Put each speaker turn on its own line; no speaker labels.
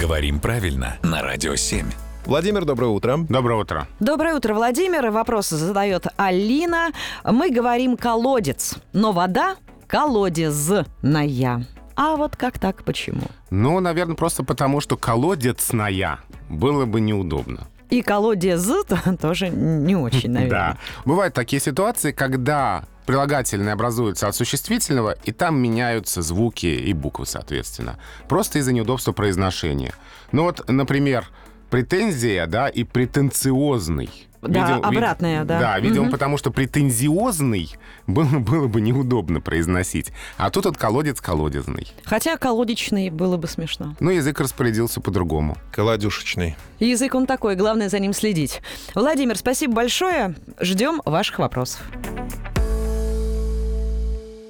Говорим правильно на Радио 7.
Владимир, доброе утро.
Доброе утро.
Доброе утро, Владимир. Вопрос задает Алина. Мы говорим колодец, но вода колодезная. А вот как так, почему?
Ну, наверное, просто потому, что колодецная было бы неудобно.
И колодец то- тоже не очень, наверное.
Да. Бывают такие ситуации, когда прилагательное образуется от существительного, и там меняются звуки и буквы, соответственно. Просто из-за неудобства произношения. Ну вот, например, претензия, да, и претенциозный.
Да,
Видимо, вид-
обратное, да.
Да, видимо, потому что претензиозный было, было бы неудобно произносить. А тут вот колодец колодезный.
Хотя колодечный было бы смешно.
Но язык распорядился по-другому.
Колодюшечный.
Язык он такой, главное за ним следить. Владимир, спасибо большое. Ждем ваших вопросов.